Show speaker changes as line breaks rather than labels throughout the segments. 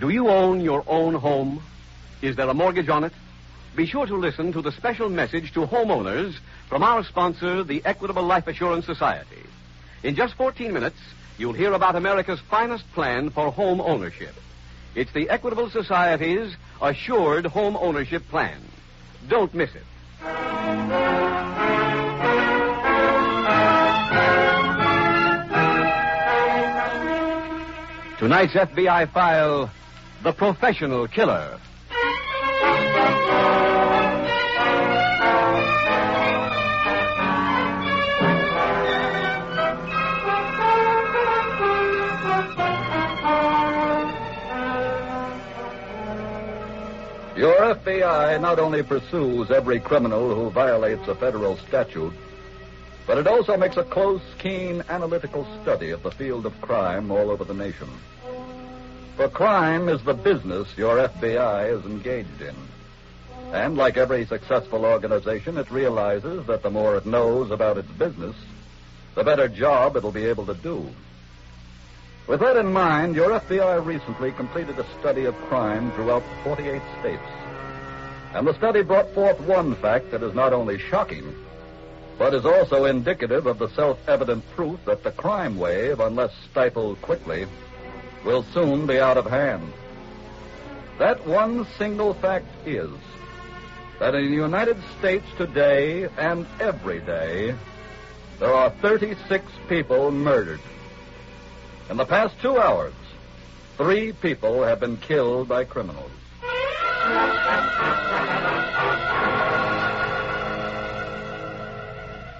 Do you own your own home? Is there a mortgage on it? Be sure to listen to the special message to homeowners from our sponsor, the Equitable Life Assurance Society. In just 14 minutes, you'll hear about America's finest plan for home ownership. It's the Equitable Society's Assured Home Ownership Plan. Don't miss it. Tonight's FBI file The Professional Killer.
Your FBI not only pursues every criminal who violates a federal statute, but it also makes a close, keen analytical study of the field of crime all over the nation. For crime is the business your FBI is engaged in. And like every successful organization, it realizes that the more it knows about its business, the better job it'll be able to do. With that in mind, your FBI recently completed a study of crime throughout 48 states. And the study brought forth one fact that is not only shocking, but is also indicative of the self evident proof that the crime wave, unless stifled quickly, will soon be out of hand. That one single fact is that in the United States today and every day, there are 36 people murdered. In the past two hours, three people have been killed by criminals.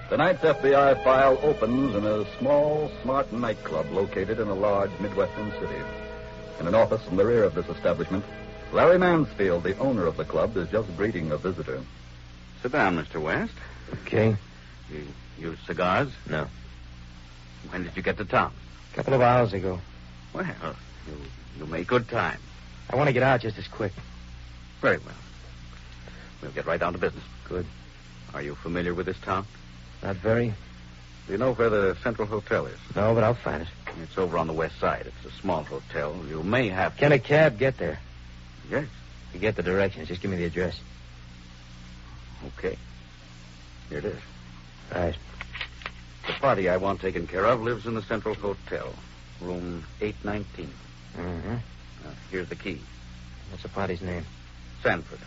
Tonight's FBI file opens in a small, smart nightclub located in a large Midwestern city. In an office in the rear of this establishment, Larry Mansfield, the owner of the club, is just greeting a visitor.
Sit down, Mr. West.
Okay.
You use cigars?
No.
When did you get to town?
A couple of hours ago.
Well, you, you made good time.
I want to get out just as quick.
Very well. We'll get right down to business.
Good.
Are you familiar with this town?
Not very.
Do you know where the Central Hotel is?
No, but I'll find it.
It's over on the west side. It's a small hotel. You may have to...
Can a cab get there?
Yes.
You get the directions. Just give me the address.
Okay. Here it is.
All right.
The party I want taken care of lives in the Central Hotel, room 819.
Mm-hmm.
Now, here's the key.
What's the party's name?
Sanford.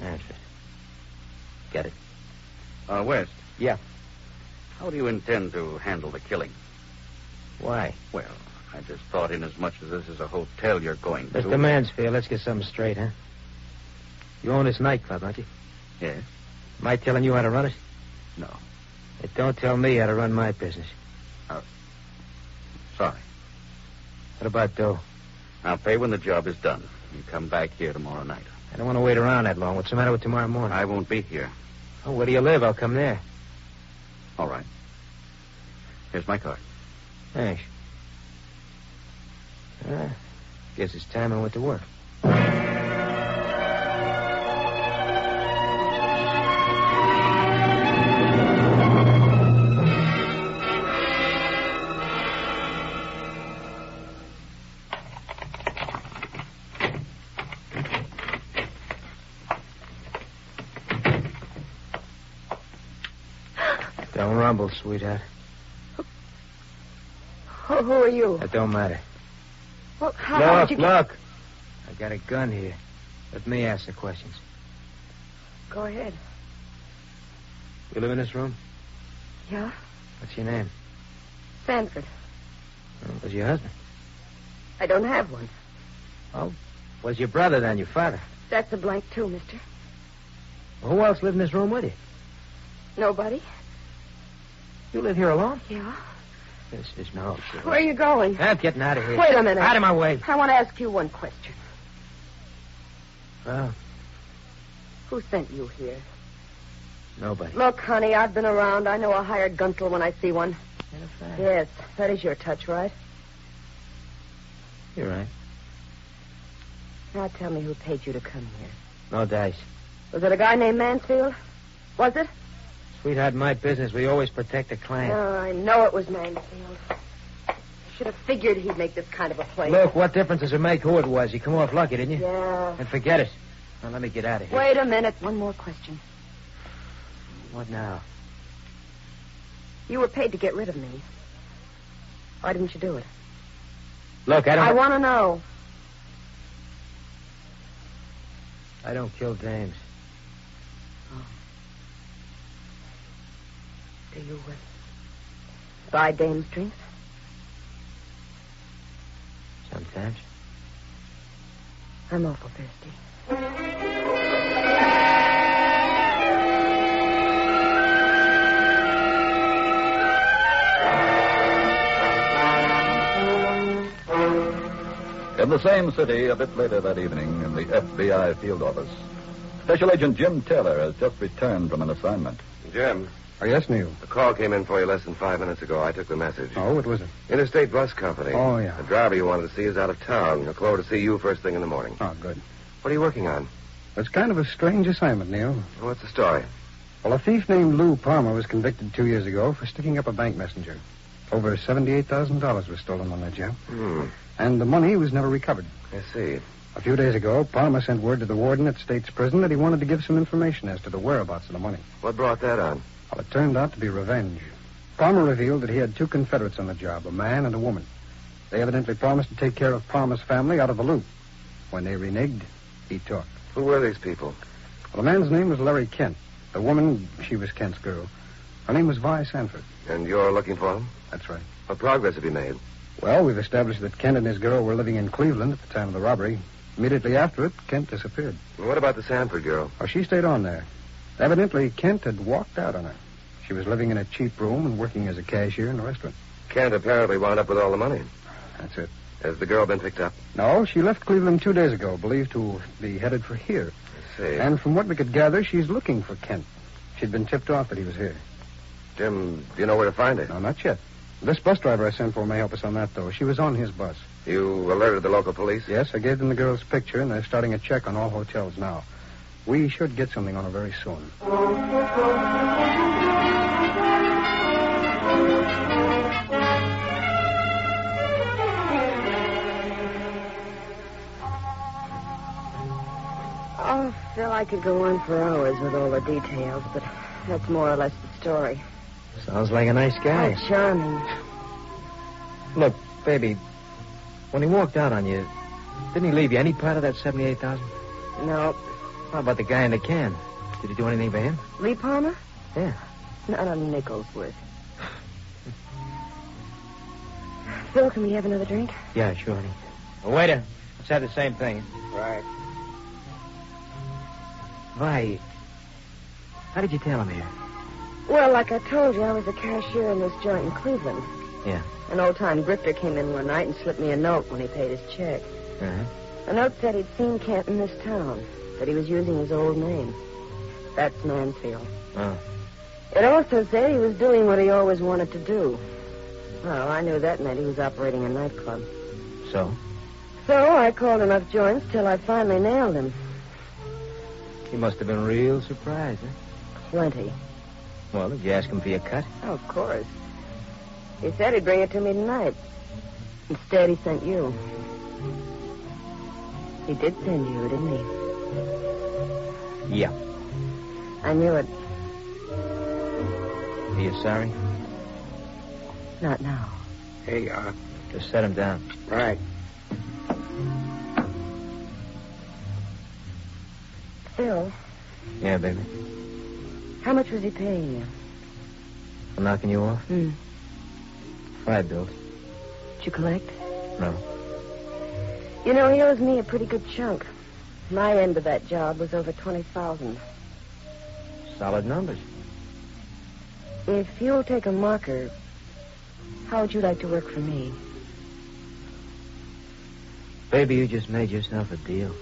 Sanford.
Uh, West.
Yeah.
How do you intend to handle the killing?
Why?
Well, I just thought inasmuch as this is a hotel you're going to.
Mr. Mansfield, let's get something straight, huh? You own this nightclub, don't you?
Yes?
Am I telling you how to run it?
No.
It don't tell me how to run my business.
Sorry.
What about dough?
I'll pay when the job is done. You come back here tomorrow night.
I don't want to wait around that long. What's the matter with tomorrow morning?
I won't be here.
Oh, where do you live? I'll come there.
All right. Here's my card.
Thanks. Uh, guess it's time I went to work. Don't rumble, sweetheart.
Oh, who are you?
That don't matter.
Well, how, how
look,
did you...
look. I got a gun here. Let me ask the questions.
Go ahead.
You live in this room?
Yeah?
What's your name?
Sanford.
Well, where's your husband?
I don't have one.
Where's your brother then, your father?
That's a blank, too, mister.
Well, who else lived in this room with you?
Nobody?
You live here alone?
Yeah.
This is no good.
Where are you going?
I'm getting out of here.
Wait a minute.
Out of my way.
I want to ask you one question.
Well,
Who sent you here?
nobody.
Look, honey, I've been around. I know a hired guntle when I see one.
In fact,
Yes, that is your touch, right?
You're right.
Now tell me who paid you to come here.
No dice.
Was it a guy named Mansfield? Was it?
Sweetheart, my business. We always protect the client.
Oh, I know it was Mansfield. I should have figured he'd make this kind of a play.
Look, what difference does it make who it was? You come off lucky, didn't you?
Yeah.
And forget it. Now let me get out of here.
Wait a minute. One more question.
What now?
You were paid to get rid of me. Why didn't you do it?
Look, I don't.
I want to know.
I don't kill dames.
Do you uh, buy dame's drinks?
Sometimes.
I'm awful thirsty.
In the same city, a bit later that evening, in the FBI field office, Special Agent Jim Taylor has just returned from an assignment.
Jim,
Oh, yes, Neil.
a call came in for you less than five minutes ago. I took the message.
Oh, what was it?
Interstate Bus Company.
Oh, yeah.
The driver you wanted to see is out of town. He'll come over to see you first thing in the morning.
Oh, good.
What are you working on?
It's kind of a strange assignment, Neil.
What's the story?
Well, a thief named Lou Palmer was convicted two years ago for sticking up a bank messenger. Over $78,000 was stolen on that job,
Hmm.
and the money was never recovered.
I see.
A few days ago, Palmer sent word to the warden at state's prison that he wanted to give some information as to the whereabouts of the money.
What brought that on?
Well, it turned out to be revenge. Palmer revealed that he had two Confederates on the job, a man and a woman. They evidently promised to take care of Palmer's family out of the loop. When they reneged, he talked.
Who were these people?
Well, the man's name was Larry Kent. The woman, she was Kent's girl. Her name was Vi Sanford.
And you're looking for them?
That's right.
What progress have you made?
Well, we've established that Kent and his girl were living in Cleveland at the time of the robbery. Immediately after it, Kent disappeared.
And what about the Sanford girl?
Well, she stayed on there. Evidently, Kent had walked out on her. She was living in a cheap room and working as a cashier in a restaurant.
Kent apparently wound up with all the money.
That's it.
Has the girl been picked up?
No, she left Cleveland two days ago, believed to be headed for here.
I see.
And from what we could gather, she's looking for Kent. She'd been tipped off that he was here.
Jim, do you know where to find her?
No, not yet. This bus driver I sent for may help us on that, though. She was on his bus.
You alerted the local police?
Yes, I gave them the girl's picture, and they're starting a check on all hotels now. We should get something on her very soon.
Oh, Phil, I could go on for hours with all the details, but that's more or less the story.
Sounds like a nice guy.
Oh, charming.
Look, baby, when he walked out on you, didn't he leave you any part of that seventy-eight thousand?
No.
How about the guy in the can? Did he do anything for him?
Lee Palmer?
Yeah.
Not a nickel's worth. Phil, can we have another drink?
Yeah, sure. Honey. Well, waiter, let's have the same thing.
Right.
Vi, how did you tell him here?
Well, like I told you, I was a cashier in this joint in Cleveland.
Yeah.
An old time grifter came in one night and slipped me a note when he paid his check.
Uh-huh.
The note said he'd seen Kent in this town, that he was using his old name. That's Mansfield.
Oh.
It also said he was doing what he always wanted to do. Well, I knew that meant he was operating a nightclub.
So?
So I called enough joints till I finally nailed him.
He must have been real surprised, huh?
Plenty.
Well, did you ask him for your cut?
Oh, of course. He said he'd bring it to me tonight. Instead, he sent you. He did send you, didn't he?
Yeah.
I knew it.
Are you sorry?
Not now.
Here you are.
Just set him down.
Right.
Phil,
Yeah, baby.
how much was he paying you?
I'm knocking you off.
Hmm.
Five bills.
Did you collect?
No.
You know, he owes me a pretty good chunk. My end of that job was over 20000
Solid numbers.
If you'll take a marker, how would you like to work for me?
Baby, you just made yourself a deal.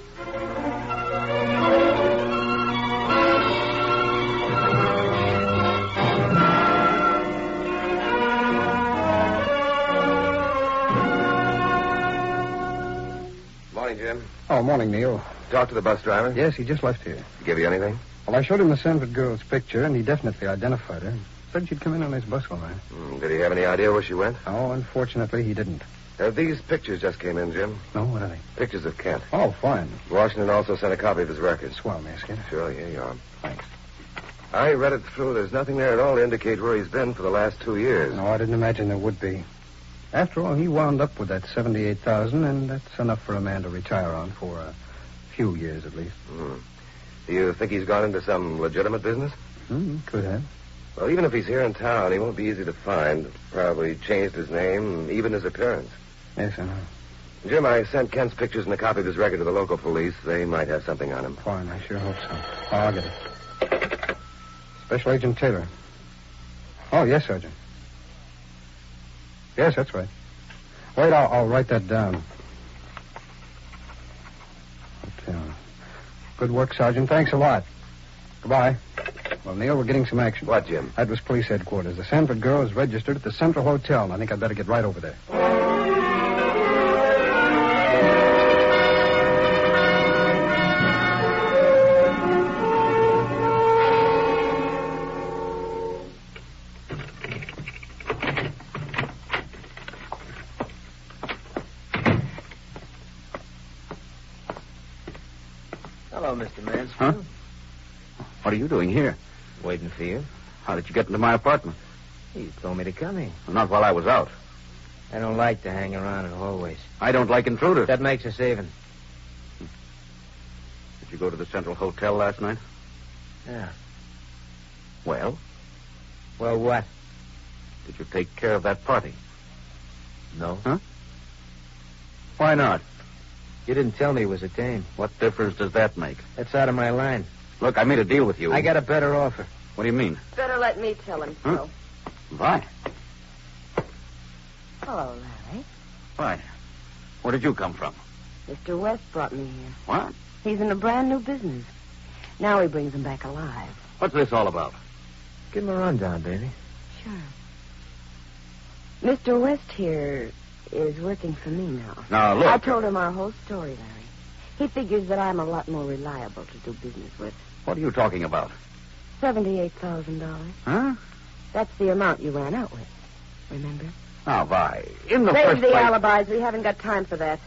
Morning, Jim.
Oh, morning, Neil.
Talk to the bus driver.
Yes, he just left here.
Give you anything?
Well, I showed him the Sanford girl's picture, and he definitely identified her. Said she'd come in on his bus one night.
Hmm, did he have any idea where she went?
Oh, unfortunately, he didn't.
Uh, these pictures just came in, Jim.
No, what are they?
Pictures of Kent.
Oh, fine.
Washington also sent a copy of his records.
Swell, Maskin.
Sure, here you are.
Thanks.
I read it through. There's nothing there at all to indicate where he's been for the last two years.
No, I didn't imagine there would be. After all, he wound up with that 78000 and that's enough for a man to retire on for a few years at least.
Hmm. Do you think he's gone into some legitimate business?
Hmm, could have.
Well, even if he's here in town, he won't be easy to find. Probably changed his name, even his appearance.
Yes, I know.
Jim, I sent Kent's pictures and a copy of his record to the local police. They might have something on him.
Fine, I sure hope so. I'll get it. Special Agent Taylor. Oh, yes, Sergeant. Yes, that's right. Wait, I'll, I'll write that down. Okay. uh, Good work, Sergeant. Thanks a lot. Goodbye. Well, Neil, we're getting some action.
What, Jim?
That was police headquarters. The Sanford girl is registered at the Central Hotel. and I think I'd better get right over there.
Hello, Mr. Mansfield.
Huh? What are you doing here?
Waiting for you.
How did you get into my apartment?
You told me to come here.
Not while I was out.
I don't like to hang around in hallways.
I don't like intruders.
That makes us even.
Did you go to the Central Hotel last night?
Yeah.
Well,
Well, what?
did you take care of that party?
No.
Huh? Why not?
You didn't tell me it was a dame.
What difference does that make?
That's out of my line.
Look, I made a deal with you.
I got a better offer.
What do you mean?
Better let me tell him
Huh? Why?
Hello, Larry.
Why? Where did you come from?
Mr. West brought me here.
What?
He's in a brand new business. Now he brings him back alive.
What's this all about?
Give him a rundown, baby.
Sure. Mr. West here is working for me now.
Now, look.
I told him our whole story, Larry. He figures that I'm a lot more reliable to do business with.
What are you talking about?
Seventy-eight thousand dollars.
Huh?
That's the amount you ran out with. Remember?
Now, Ah, why? In the
Save
first
the
place.
alibis. We haven't got time for that.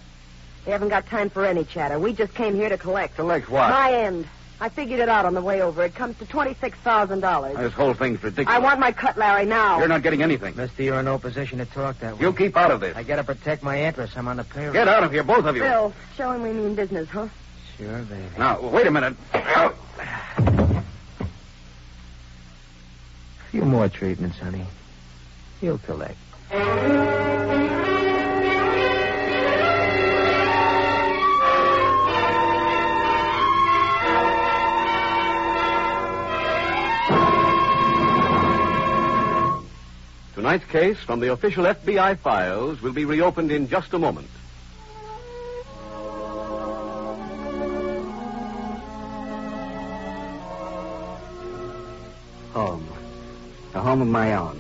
We haven't got time for any chatter. We just came here to collect.
Collect what?
My end. I figured it out on the way over. It comes to twenty-six thousand dollars.
This whole thing's ridiculous.
I want my cut, Larry, now.
You're not getting anything.
Mister, you're in no position to talk that way.
You keep out of this.
I gotta protect my interests. I'm on the payroll.
Get out of here, both of you.
Bill, show him we mean business, huh?
Sure, baby.
Now, wait a minute. Ow.
A few more treatments, honey. You'll collect.
Tonight's case from the official FBI files will be reopened in just a moment.
Home. The home of my own.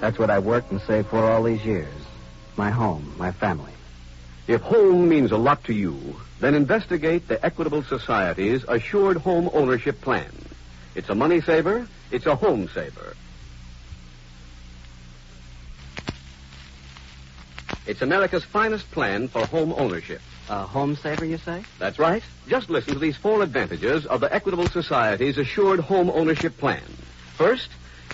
That's what I worked and saved for all these years. My home, my family.
If home means a lot to you, then investigate the Equitable Society's Assured Home Ownership Plan. It's a money saver, it's a home saver. It's America's finest plan for home ownership.
A home saver, you say?
That's right. Just listen to these four advantages of the Equitable Society's Assured Home Ownership Plan. First,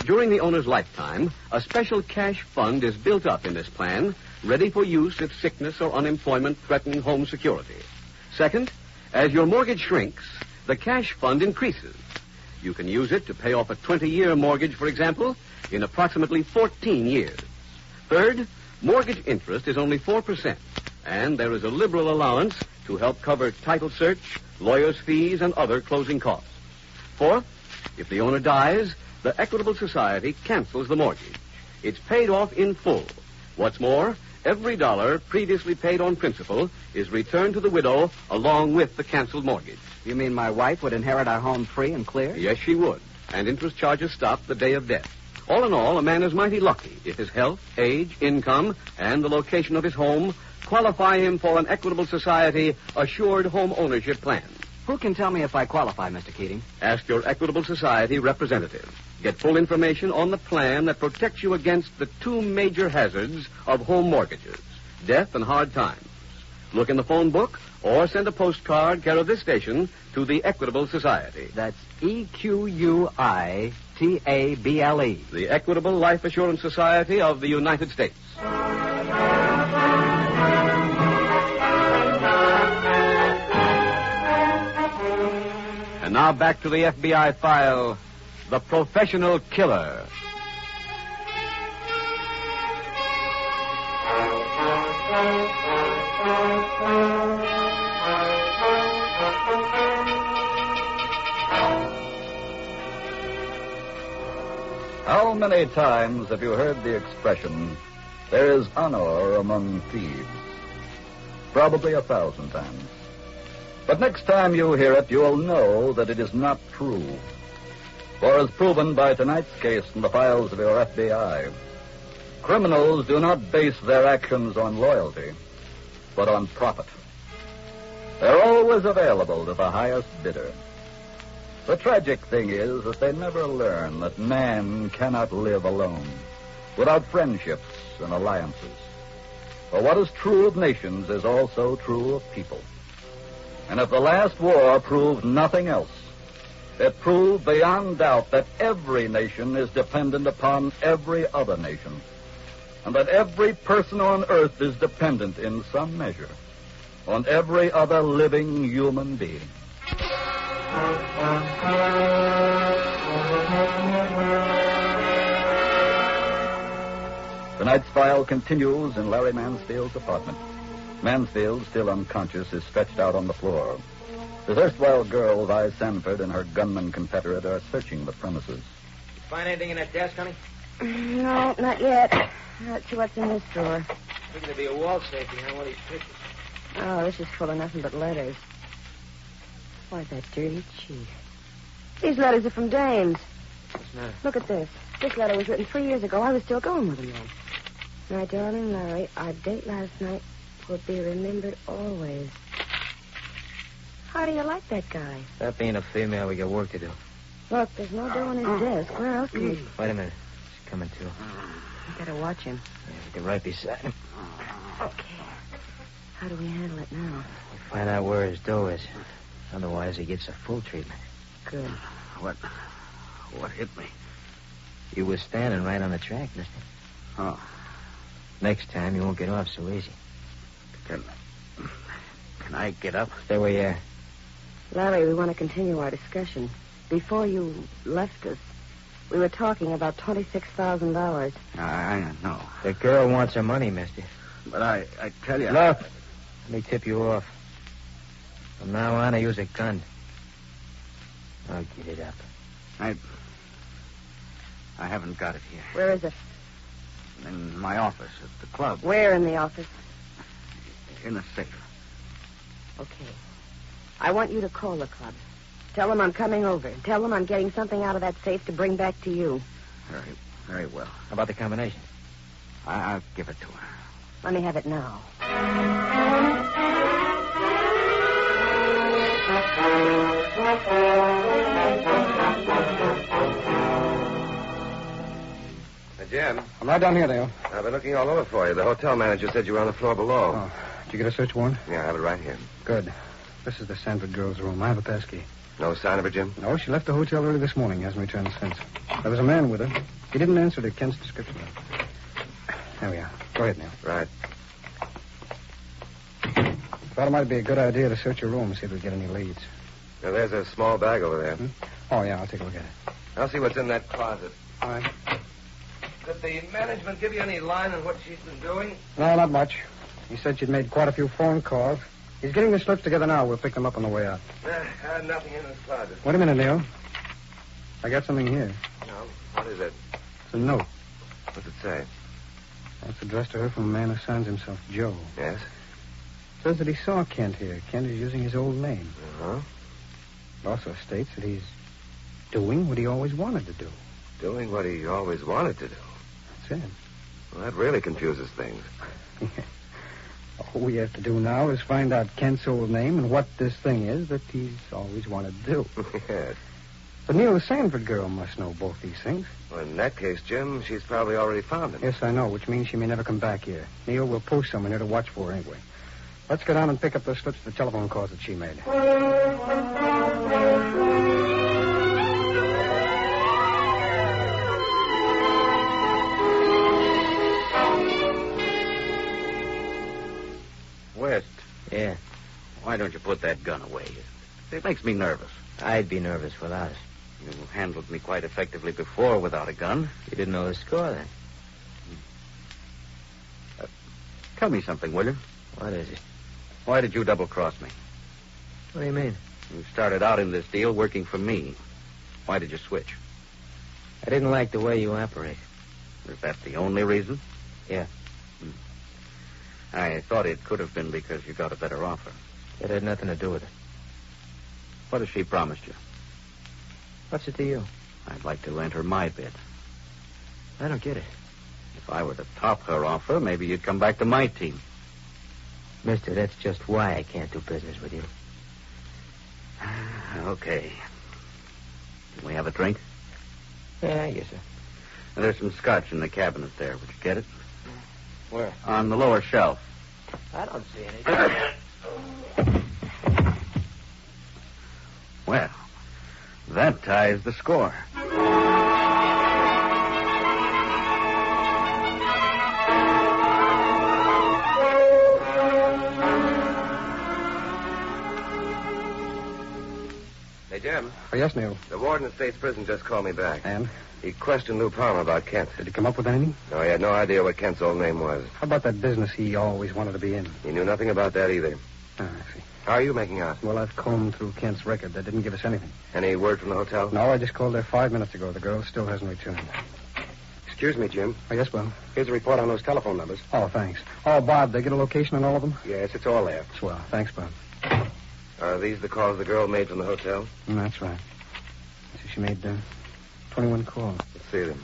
during the owner's lifetime, a special cash fund is built up in this plan, ready for use if sickness or unemployment threaten home security. Second, as your mortgage shrinks, the cash fund increases. You can use it to pay off a 20 year mortgage, for example, in approximately 14 years. Third, mortgage interest is only 4%, and there is a liberal allowance to help cover title search, lawyer's fees, and other closing costs. Fourth, if the owner dies, the Equitable Society cancels the mortgage. It's paid off in full. What's more, every dollar previously paid on principal is returned to the widow along with the canceled mortgage.
You mean my wife would inherit our home free and clear?
Yes, she would. And interest charges stop the day of death. All in all, a man is mighty lucky if his health, age, income, and the location of his home qualify him for an Equitable Society assured home ownership plan.
Who can tell me if I qualify, Mr. Keating?
Ask your Equitable Society representative. Get full information on the plan that protects you against the two major hazards of home mortgages death and hard times. Look in the phone book or send a postcard care of this station to the Equitable Society.
That's E Q U I T A B L E.
the Equitable Life Assurance Society of the United States. And now back to the FBI file The Professional Killer.
How many times have you heard the expression, there is honor among thieves? Probably a thousand times. But next time you hear it, you'll know that it is not true. For as proven by tonight's case in the files of your FBI, criminals do not base their actions on loyalty, but on profit. They're always available to the highest bidder. The tragic thing is that they never learn that man cannot live alone, without friendships and alliances. For what is true of nations is also true of people. And if the last war proved nothing else, it proved beyond doubt that every nation is dependent upon every other nation, and that every person on earth is dependent in some measure on every other living human being. Tonight's file continues in Larry Mansfield's apartment. Mansfield, still unconscious, is stretched out on the floor. His erstwhile girl, Vi Sanford, and her gunman confederate are searching the premises.
Find anything in that desk, honey?
No, not yet. Let's see what's in this drawer.
Looking to be a wall safe behind one of these pictures.
Oh, this is full of nothing but letters. Why, that dirty cheat. These letters are from Dames.
What's the matter?
Look at this. This letter was written three years ago. I was still going with him then. My darling Larry, our date last night will be remembered always. How do you like that guy?
That being a female, we got work to do.
Look, there's no dough on his desk. Where else can he...
Wait a minute. She's coming to.
Better watch him.
Yeah, we get right beside him.
Okay. How do we handle it now?
Find out where his dough is. Otherwise, he gets a full treatment.
Good.
What? What hit me? You was standing right on the track, mister. Oh. Next time, you won't get off so easy. Can, can I get up? Stay where you are.
Larry, we want to continue our discussion. Before you left us, we were talking about $26,000.
I know. The girl wants her money, mister.
But I, I tell you.
Look, let me tip you off. From now on, I use a gun. I'll get it up.
I, I haven't got it here.
Where is it?
In my office at the club,
Where in the office?
in the safe.
Okay. I want you to call the club. Tell them I'm coming over. Tell them I'm getting something out of that safe to bring back to you.
Very, very well.
How about the combination?
I, I'll give it to her.
Let me have it now.
Uh, Jim,
I'm right down here, Dale.
I've been looking all over for you. The hotel manager said you were on the floor below.
Oh. Did you get a search warrant?
Yeah, I have it right here.
Good. This is the Sanford girl's room. I have a pass key.
No sign of it, Jim?
No, she left the hotel early this morning. Hasn't returned since. There was a man with her. He didn't answer to Kent's description. There we are. Go ahead, Neil.
Right.
Thought it might be a good idea to search your room, see if we get any leads.
Now, there's a small bag over there.
Oh, yeah, I'll take a look at it.
I'll see what's in that closet.
All right.
Did the management give you any line on what she's been doing?
No, not much. He said she'd made quite a few phone calls. He's getting the slips together now. We'll pick them up on the way out.
Uh, nothing in this closet.
Wait a minute, Neil. I got something here.
No.
What is it?
It's a note.
What's it say?
That's addressed to her from a man who signs himself Joe.
Yes?
Says that he saw Kent here. Kent is using his old name.
Uh-huh.
It also states that he's doing what he always wanted to do.
Doing what he always wanted to do.
That's
Well, that really confuses things.
it. All we have to do now is find out Kent's old name and what this thing is that he's always wanted to do.
yes.
But Neil, the Sanford girl must know both these things.
Well, in that case, Jim, she's probably already found him.
Yes, I know, which means she may never come back here. Neil, we'll post someone here to watch for her anyway. Let's go down and pick up those slips of the telephone calls that she made.
West,
Yeah,
why don't you put that gun away? It makes me nervous.
I'd be nervous without it.
You handled me quite effectively before without a gun.
You didn't know the score then.
Tell me something, will you?
What is it?
Why did you double cross me?
What do you mean?
You started out in this deal working for me. Why did you switch?
I didn't like the way you operate.
Is that the only reason?
Yeah.
Hmm. I thought it could have been because you got a better offer.
It had nothing to do with it.
What has she promised you?
What's it to you?
I'd like to lend her my bid.
I don't get it.
If I were to top her offer, maybe you'd come back to my team.
Mister, that's just why I can't do business with you.
Okay. Can we have a drink?
Yeah, I guess so.
There's some scotch in the cabinet there. Would you get it?
Where?
On the lower shelf.
I don't see any.
Well, that ties the score.
Hey, Jim,
Oh, yes, Neil.
the warden of state's prison just called me back.
And?
He questioned Lou Palmer about Kent.
Did you come up with anything?
No, he had no idea what Kent's old name was.
How about that business he always wanted to be in?
He knew nothing about that either.
Ah, I see.
How are you making out?
Well, I've combed through Kent's record. They didn't give us anything.
Any word from the hotel?
No, I just called there five minutes ago. The girl still hasn't returned.
Excuse me, Jim.
Oh, yes, Will.
Here's a report on those telephone numbers.
Oh, thanks. Oh, Bob, they get a location on all of them?
Yes, it's all there.
Swell. Thanks, Bob.
Are these the calls the girl made from the hotel?
Mm, that's right. See, she made uh, 21 calls.
Let's see them.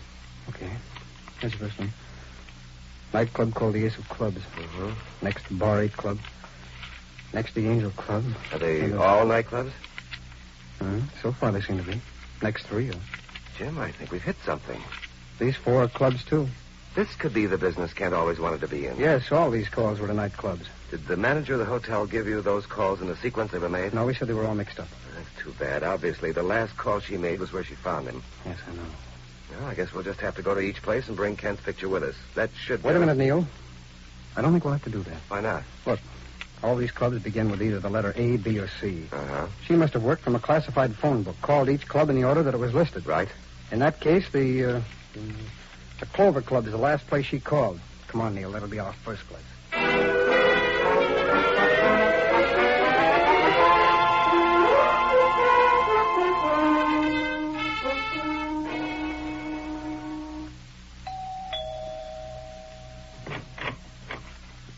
Okay. Here's the first one. Nightclub called the Ace of Clubs.
Mhm.
Next, Bar 8 Club. Next, the Angel Club.
Are they
Yeah.
all nightclubs?
Uh, so far, they seem to be. Next three are.
Jim, I think we've hit something.
These four are clubs, too.
This could be the business Kent always wanted to be in.
Yes, all these calls were to nightclubs.
Did the manager of the hotel give you those calls in the sequence they were made?
No, we said they were all mixed up.
That's too bad. Obviously, the last call she made was where she found him.
Yes, I know.
Well, I guess we'll just have to go to each place and bring Kent's picture with us. That should.
Wait
do
a
it.
minute, Neil. I don't think we'll have to do that.
Why not?
All these clubs begin with either the letter A, B, or C.
Uh huh.
She must have worked from a classified phone book, called each club in the order that it was listed.
Right.
In that case, the uh, the Clover Club is the last place she called. Come on, Neil. That'll be our first place.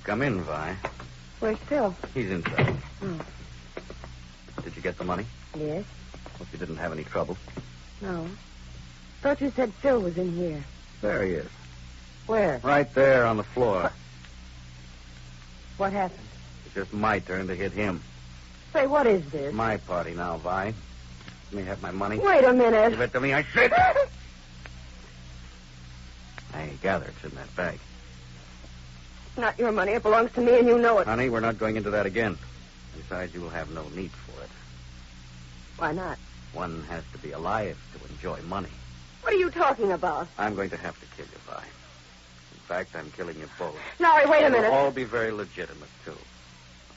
Come in, Vi.
Where's Phil?
He's inside.
Oh.
Did you get the money?
Yes?
Hope you didn't have any trouble.
No. Thought you said Phil was in here.
There he is.
Where?
Right there on the floor.
What happened?
It's just my turn to hit him.
Say, what is this?
It's my party now, Vi. Let me have my money.
Wait a minute.
Give it to me, I said. I gather it's in that bag.
Not your money. It belongs to me, and you know it.
Honey, we're not going into that again. Besides, you'll have no need for it.
Why not?
One has to be alive to enjoy money.
What are you talking about?
I'm going to have to kill you, Vi. In fact, I'm killing you both.
Larry, wait a minute.
It'll all be very legitimate, too.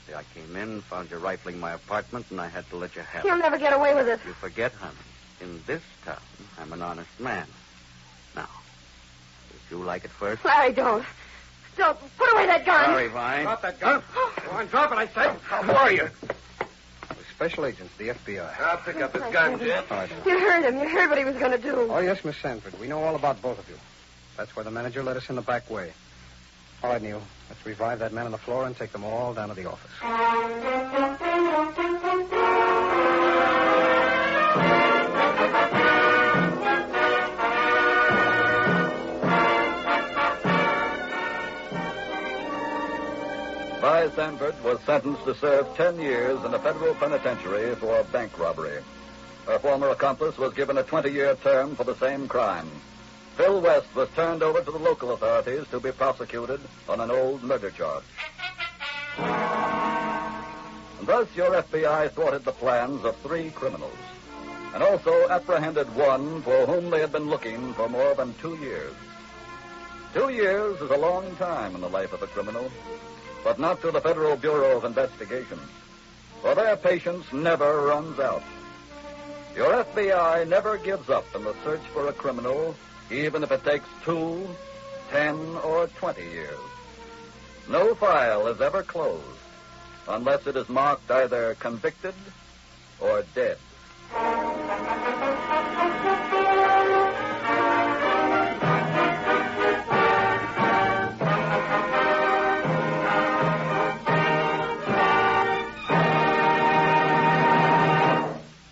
See, I came in, found you rifling my apartment, and I had to let you have
He'll
it.
never get away with it.
You forget, honey. In this town, I'm an honest man. Now, would you like it first?
Larry, don't. Don't. Put away that gun.
Sorry, Vi.
that gun. Go on, drop it, I said. How are you?
This
Special agents, the FBI.
I'll pick up
his gun, Jim. You heard him. You heard what he was going to do.
Oh, yes, Miss Sanford. We know all about both of you. That's why the manager led us in the back way. All right, Neil. Let's revive that man on the floor and take them all down to the office.
By Sanford was sentenced to serve 10 years in a federal penitentiary for a bank robbery. Her former accomplice was given a 20 year term for the same crime. Phil West was turned over to the local authorities to be prosecuted on an old murder charge. And thus, your FBI thwarted the plans of three criminals and also apprehended one for whom they had been looking for more than two years. Two years is a long time in the life of a criminal but not to the Federal Bureau of Investigation. For their patience never runs out. Your FBI never gives up in the search for a criminal, even if it takes two, ten, or twenty years. No file is ever closed unless it is marked either convicted or dead.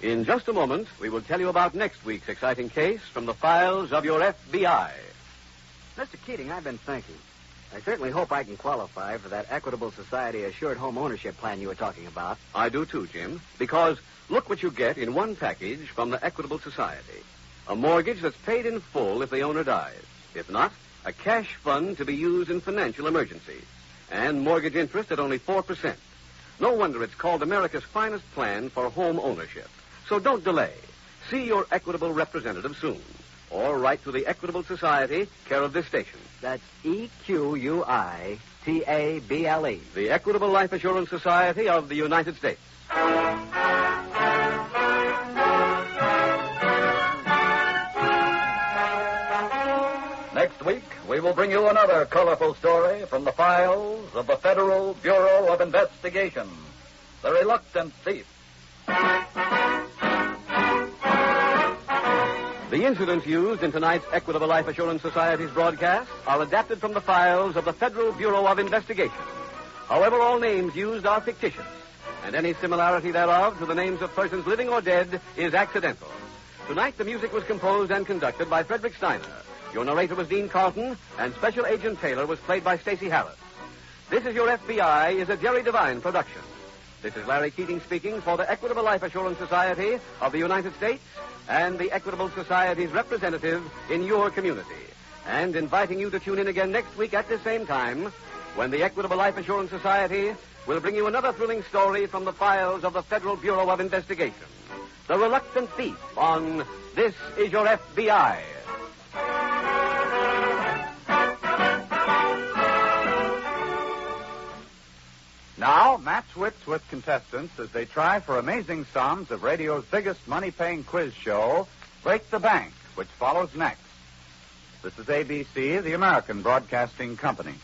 In just a moment, we will tell you about next week's exciting case from the files of your FBI.
Mr. Keating, I've been thinking. I certainly hope I can qualify for that Equitable Society Assured Home Ownership Plan you were talking about.
I do too, Jim, because look what you get in one package from the Equitable Society a mortgage that's paid in full if the owner dies. If not, a cash fund to be used in financial emergencies, and mortgage interest at only 4%. No wonder it's called America's finest plan for home ownership. So don't delay. See your Equitable representative soon, or write to the Equitable Society, care of this station.
That's E Q U I T A B L E.
The Equitable Life Assurance Society of the United States.
Next week, we will bring you another colorful story from the files of the Federal Bureau of Investigation The Reluctant Thief.
The incidents used in tonight's Equitable Life Assurance Society's broadcast are adapted from the files of the Federal Bureau of Investigation. However, all names used are fictitious, and any similarity thereof to the names of persons living or dead is accidental. Tonight, the music was composed and conducted by Frederick Steiner. Your narrator was Dean Carlton, and Special Agent Taylor was played by Stacey Harris. This is Your FBI is a Jerry Devine production. This is Larry Keating speaking for the Equitable Life Assurance Society of the United States and the Equitable Society's representative in your community. And inviting you to tune in again next week at the same time when the Equitable Life Assurance Society will bring you another thrilling story from the files of the Federal Bureau of Investigation The Reluctant Thief on This Is Your FBI.
Now, match wits with contestants as they try for amazing sums of radio's biggest money paying quiz show, Break the Bank, which follows next. This is ABC, the American Broadcasting Company.